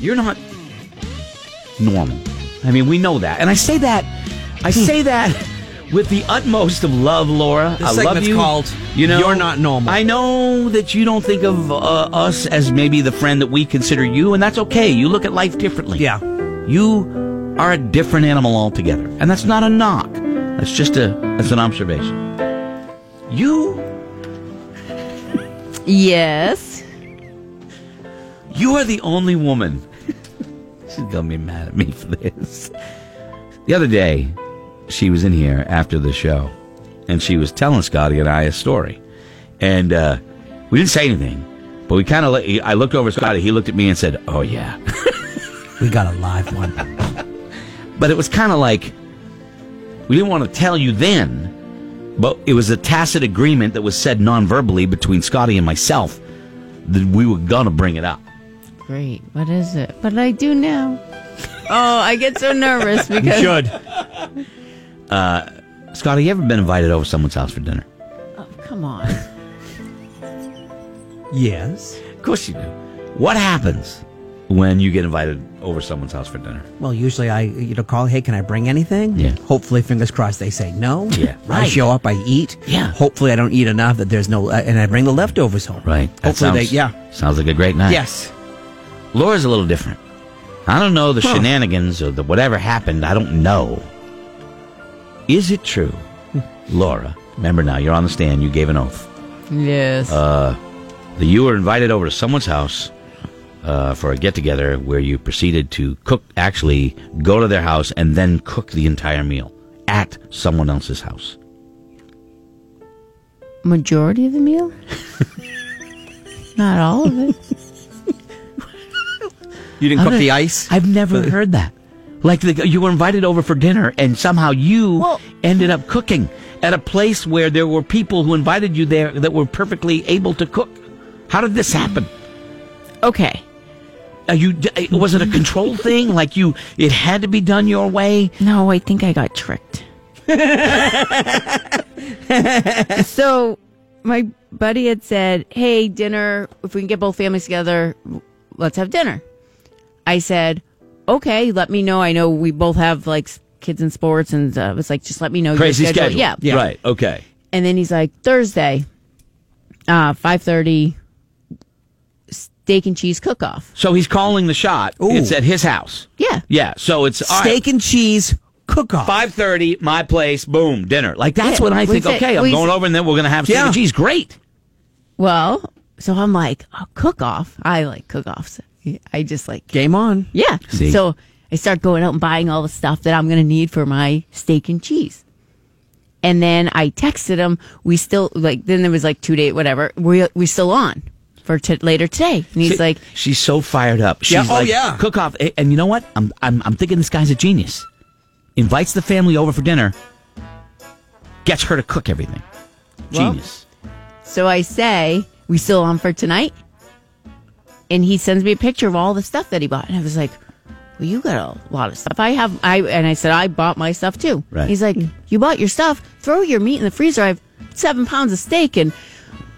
You're not normal. I mean, we know that. And I say that, I Hmm. say that with the utmost of love, Laura. This I love segment's you. called you know, You're Not Normal. I know that you don't think of uh, us as maybe the friend that we consider you, and that's okay. You look at life differently. Yeah. You are a different animal altogether. And that's not a knock. That's just a that's an observation. You Yes. you are the only woman. She's gonna be mad at me for this. The other day, she was in here after the show, and she was telling Scotty and I a story, and uh, we didn't say anything, but we kind of. I looked over at Scotty. He looked at me and said, "Oh yeah." We got a live one. but it was kind of like we didn't want to tell you then, but it was a tacit agreement that was said non-verbally between Scotty and myself that we were gonna bring it up. Great. What is it? What did I do now? Oh, I get so nervous because Should. Scotty, you ever been invited over to someone's house for dinner? Oh, come on. Yes. Of course you do. What happens when you get invited over to someone's house for dinner? Well, usually I you know call, hey, can I bring anything? Yeah. Hopefully, fingers crossed, they say no. Yeah, I right. show up, I eat. Yeah. Hopefully, I don't eat enough that there's no, uh, and I bring the leftovers home. Right. Hopefully, That sounds, they yeah. Sounds like a great night. Yes. Laura's a little different. I don't know the shenanigans or the whatever happened. I don't know. Is it true, Hmm. Laura? Remember now, you're on the stand. You gave an oath yes. that you were invited over to someone's house uh, for a get together where you proceeded to cook. Actually, go to their house and then cook the entire meal at someone else's house. Majority of the meal? Not all of it. You didn't I'm cook not- the ice. I've never heard that. Like the, you were invited over for dinner, and somehow you Well- ended up cooking at a place where there were people who invited you there that were perfectly able to cook. How did this happen? Okay. Are you d- eh, was it a control thing? Like you, it had to be done your way. No, I think I got tricked. so, my buddy had said, Hey, dinner, if we can get both families together, w- let's have dinner. I said, Okay, let me know. I know we both have like s- kids in sports, and uh, it's like, just let me know. your Crazy schedule. Yeah. Right. Okay. And then he's like, Thursday, uh, 5.30, steak and cheese cook off. So he's calling the shot. Ooh. It's at his house. Yeah. Yeah. So it's all right, Steak and cheese cook off. Five thirty, my place. Boom, dinner. Like that's Yeah, what I we think. said- okay, I'm we going said- over, and then we're gonna have steak Yeah. and cheese. Great. Well, so I'm like, oh, cook off. I like cook offs. I just like, Game on. yeah. See? So I start going out and buying all the stuff that I'm going to need for my steak and cheese. And then I texted him. We still like. Then there was like two date whatever. We we still on for t- later today. And he's She- like, she's so fired up. She's Yeah, oh, like, yeah. cook off. A- And you know what? I'm, I'm, I'm thinking this guy's a genius. Invites the family over for dinner, gets her to cook everything. Well- Genius. so I say, we still on for tonight. And he sends me a picture of all the stuff that he bought, and I was like, well, you got a lot of stuff. I have I and I said I bought my stuff too. Right. He's like, you bought your stuff. Throw your meat in the freezer. I have seven pounds of steak, and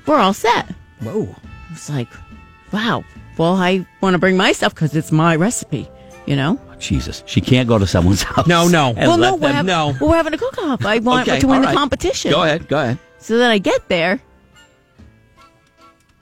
we're all set. Whoa. I was like, wow. Well, I want to bring my stuff because it's my recipe, you know? Jesus. She can't go to someone's house. No, no. and well, let no, we're them- hav- know. well, we're having a cook off. I want Okay, to win all the right. competition. Go ahead. Go ahead. So then I get there.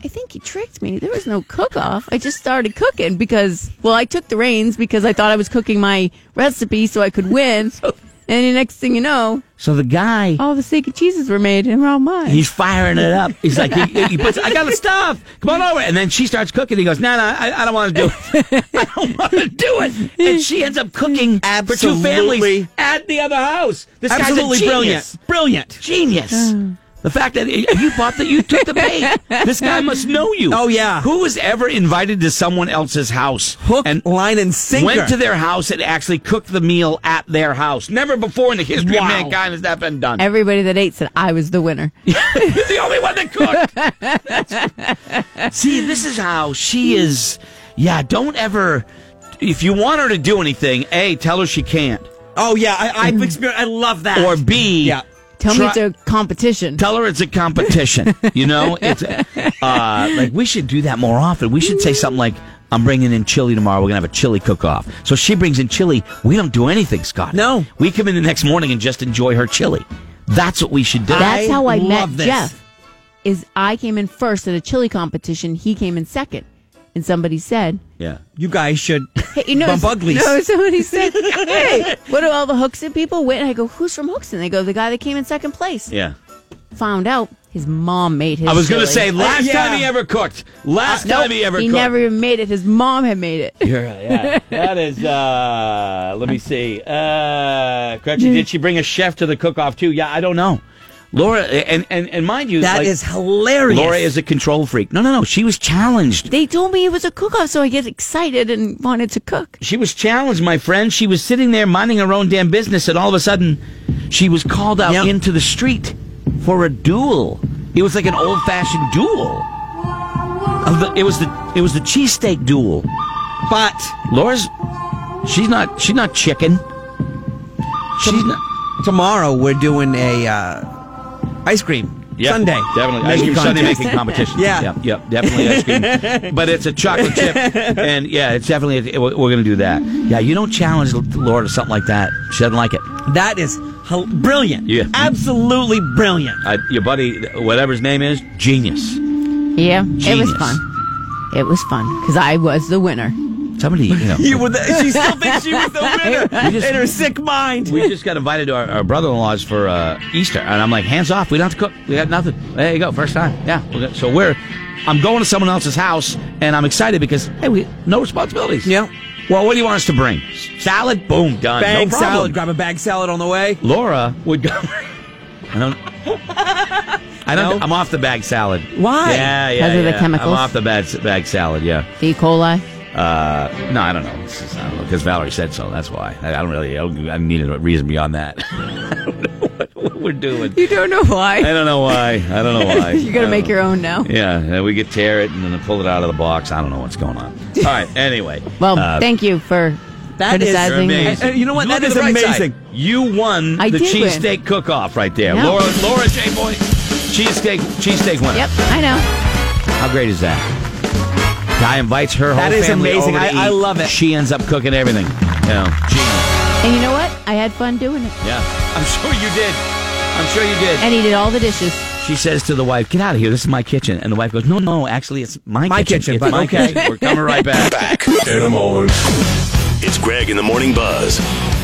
I think he tricked me. There was no cook off. I just started cooking because, well, I took the reins because I thought I was cooking my recipe so I could win. and the next thing you know, So the guy, all the steak and cheeses were made and were all mine. he's firing it up. He's like, he, he puts, I got the stuff. Come on over. And then she starts cooking. He goes, no, no, I, I don't want to do it. I don't want to do it. And she ends up cooking for two families Absolutely. at the other house. This guy's Absolutely a genius. brilliant. Brilliant. Oh. genius. The fact that eh, you bought that you took the bait. this guy must know you. Oh, yeah. Who was ever invited to someone else's house Hook, and line, and sinker. went to their house and actually cooked the meal at their house? Never before in the history Wow. of mankind has that been done. Everybody that ate said I was the winner. You're the only one that cooked. See, this is how she is. Yeah, don't ever. If you want her to do anything, a tell her she can't, oh yeah, I, I've experienced. I love that. or b yeah. Tell me try- it's a competition. tell her it's a competition. You know, it's uh, like we should do that more often. We should say something like, I'm bringing in chili tomorrow. We're going to have a chili cook off. So she brings in chili. We don't do anything, Scott. No. We come in the next morning and just enjoy her chili. That's what we should do. That's I how I met love this. Jeff. Is I came in first at a chili competition. He came in second, and somebody said, yeah. You guys should "Hey, you know, bump uglies. no." Somebody said, "Hey, what do all the Hookston people?" Went and I go, "Who's from Hookston?" They go, "The guy that came in second place." Yeah. Found out his mom made his. I was going to chili. say, last Oh, yeah. Uh, time he ever cooked. Last Nope, time he ever cooked. never even made it. His mom had made it. You're right, yeah. That is, uh, let me see. Uh, Gretchen, did she bring a chef to the cook off too? Yeah, I don't know. Laura, and, and, and mind you, That like, is hilarious. Laura is a control freak. No, no, no. She was challenged. They told me it was a cook-off, so I get excited and wanted to cook. She was challenged, my friend. She was sitting there minding her own damn business, and all of a sudden, she was called out Yeah. into the street for a duel. It was like an old fashioned duel. Of the- It was the it was the cheesesteak duel. But Laura's she's not she's not chicken. She's not Tomorrow we're doing a uh, ice cream Sunday. Definitely. Ice Making cream Sunday contest. making competition. Yeah. Yep, yep, definitely ice cream. but it's a chocolate chip. And yeah, it's definitely, we're going to do that. Yeah, you don't challenge Laura to something like that. She doesn't like it. That is hel- brilliant. Yeah. Absolutely brilliant. I, your buddy, whatever his name is, genius. Yeah, it Genius. was fun. It was fun because I was the winner. Somebody, you know. You were the, she still thinks she was the winner You just- in her sick mind. we just got invited to our, our brother-in-law's for uh, Easter, and I'm like, hands off. We don't have to cook. We got nothing. There you go, first time. Yeah. we're good. So we're, I'm going to someone else's house, and I'm excited because hey, we no responsibilities. Yeah. Well, what do you want us to bring? Salad. Boom. Done. Bag no problem. salad. Grab a bag salad on the way. Laura would go. I don't. I don't. No? I'm off the bag salad. Why? Yeah, yeah, 'Cause of the yeah. chemicals? I'm off the bag bag salad. Yeah. E. coli. Uh, no, I don't know. This is, I don't know because Valerie said so. That's why. I, I don't really. I, don't, I need a reason beyond that. I don't know what, what we're doing. You don't know why. I don't know why. I don't know why. Uh, You're gonna make your own now. Yeah, and we could tear it and then pull it out of the box. I don't know what's going on. All right. Anyway. Well, uh, thank you for That is you're criticizing. me. amazing. Uh, you know what? Look That at is the bright side. amazing. You won I the did win. cheesesteak cook-off right there, Yeah. Laura. Laura J. Boy, cheesesteak cheesesteak winner. Yep, I know. How great is that? Guy invites her whole That is family amazing. over to I- I eat. love it. She ends up cooking everything. You know, genius. And you know what? I had fun doing it. Yeah, I'm sure you did. I'm sure you did. And he did all the dishes. she says to the wife, "Get out of here. This is my kitchen." And the wife goes, "No, no. Actually, it's my, My kitchen, It's but my okay." kitchen. We're coming right back." In the morning. It's Greg in the Morning Buzz.